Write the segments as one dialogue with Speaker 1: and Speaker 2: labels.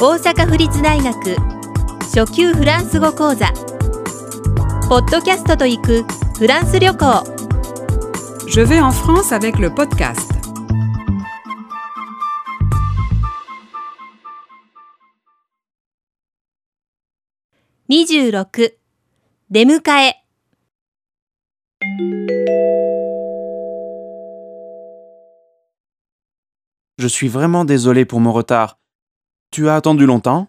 Speaker 1: 大阪府立大学初級フランス語講座ポッドキャストと行くフランス旅行
Speaker 2: Je vais en France avec le podcast.
Speaker 1: ?26 出迎え
Speaker 3: Je suis vraiment désolé pour mon retard. Tu as attendu longtemps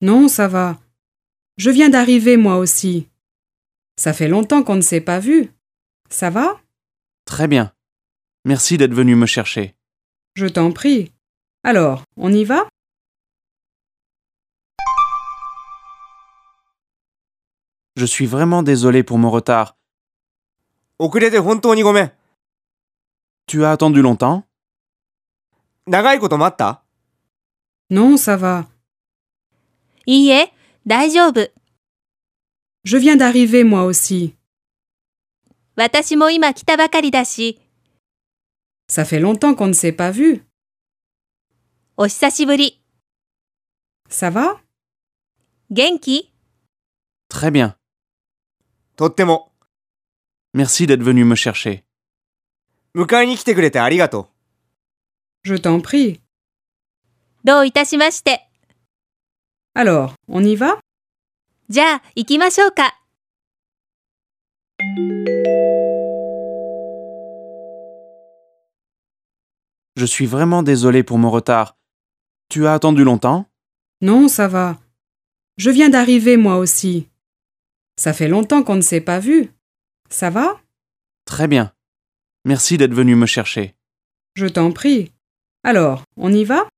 Speaker 2: Non, ça va. Je viens d'arriver moi aussi. Ça fait longtemps qu'on ne s'est pas vu. Ça va
Speaker 3: Très bien. Merci d'être venu me chercher.
Speaker 2: Je t'en prie. Alors, on y va
Speaker 3: Je suis vraiment désolé pour mon retard.
Speaker 4: 遅れて本当にごめん。
Speaker 3: Tu as attendu longtemps
Speaker 4: 長いこと待った。
Speaker 2: Non, ça va.
Speaker 1: いいえ大丈夫
Speaker 2: Je viens d'arriver moi aussi.
Speaker 1: 私も今来たばかりだし
Speaker 2: Ça fait longtemps qu'on ne s'est pas vu.
Speaker 1: お久しぶり
Speaker 2: Ça va
Speaker 1: 元気
Speaker 3: Très bien.
Speaker 4: とっても。
Speaker 3: Merci d'être venu me chercher.
Speaker 4: 迎えに来てくれてありがと
Speaker 2: Je t'en prie.
Speaker 1: どういたしまして
Speaker 2: Alors, on y va
Speaker 1: じゃあ行きましょうか
Speaker 3: Je suis vraiment désolé pour mon retard. Tu as attendu longtemps
Speaker 2: Non, ça va. Je viens d'arriver moi aussi. Ça fait longtemps qu'on ne s'est pas vu. Ça va
Speaker 3: Très bien. Merci d'être venu me chercher.
Speaker 2: Je t'en prie. Alors, on y va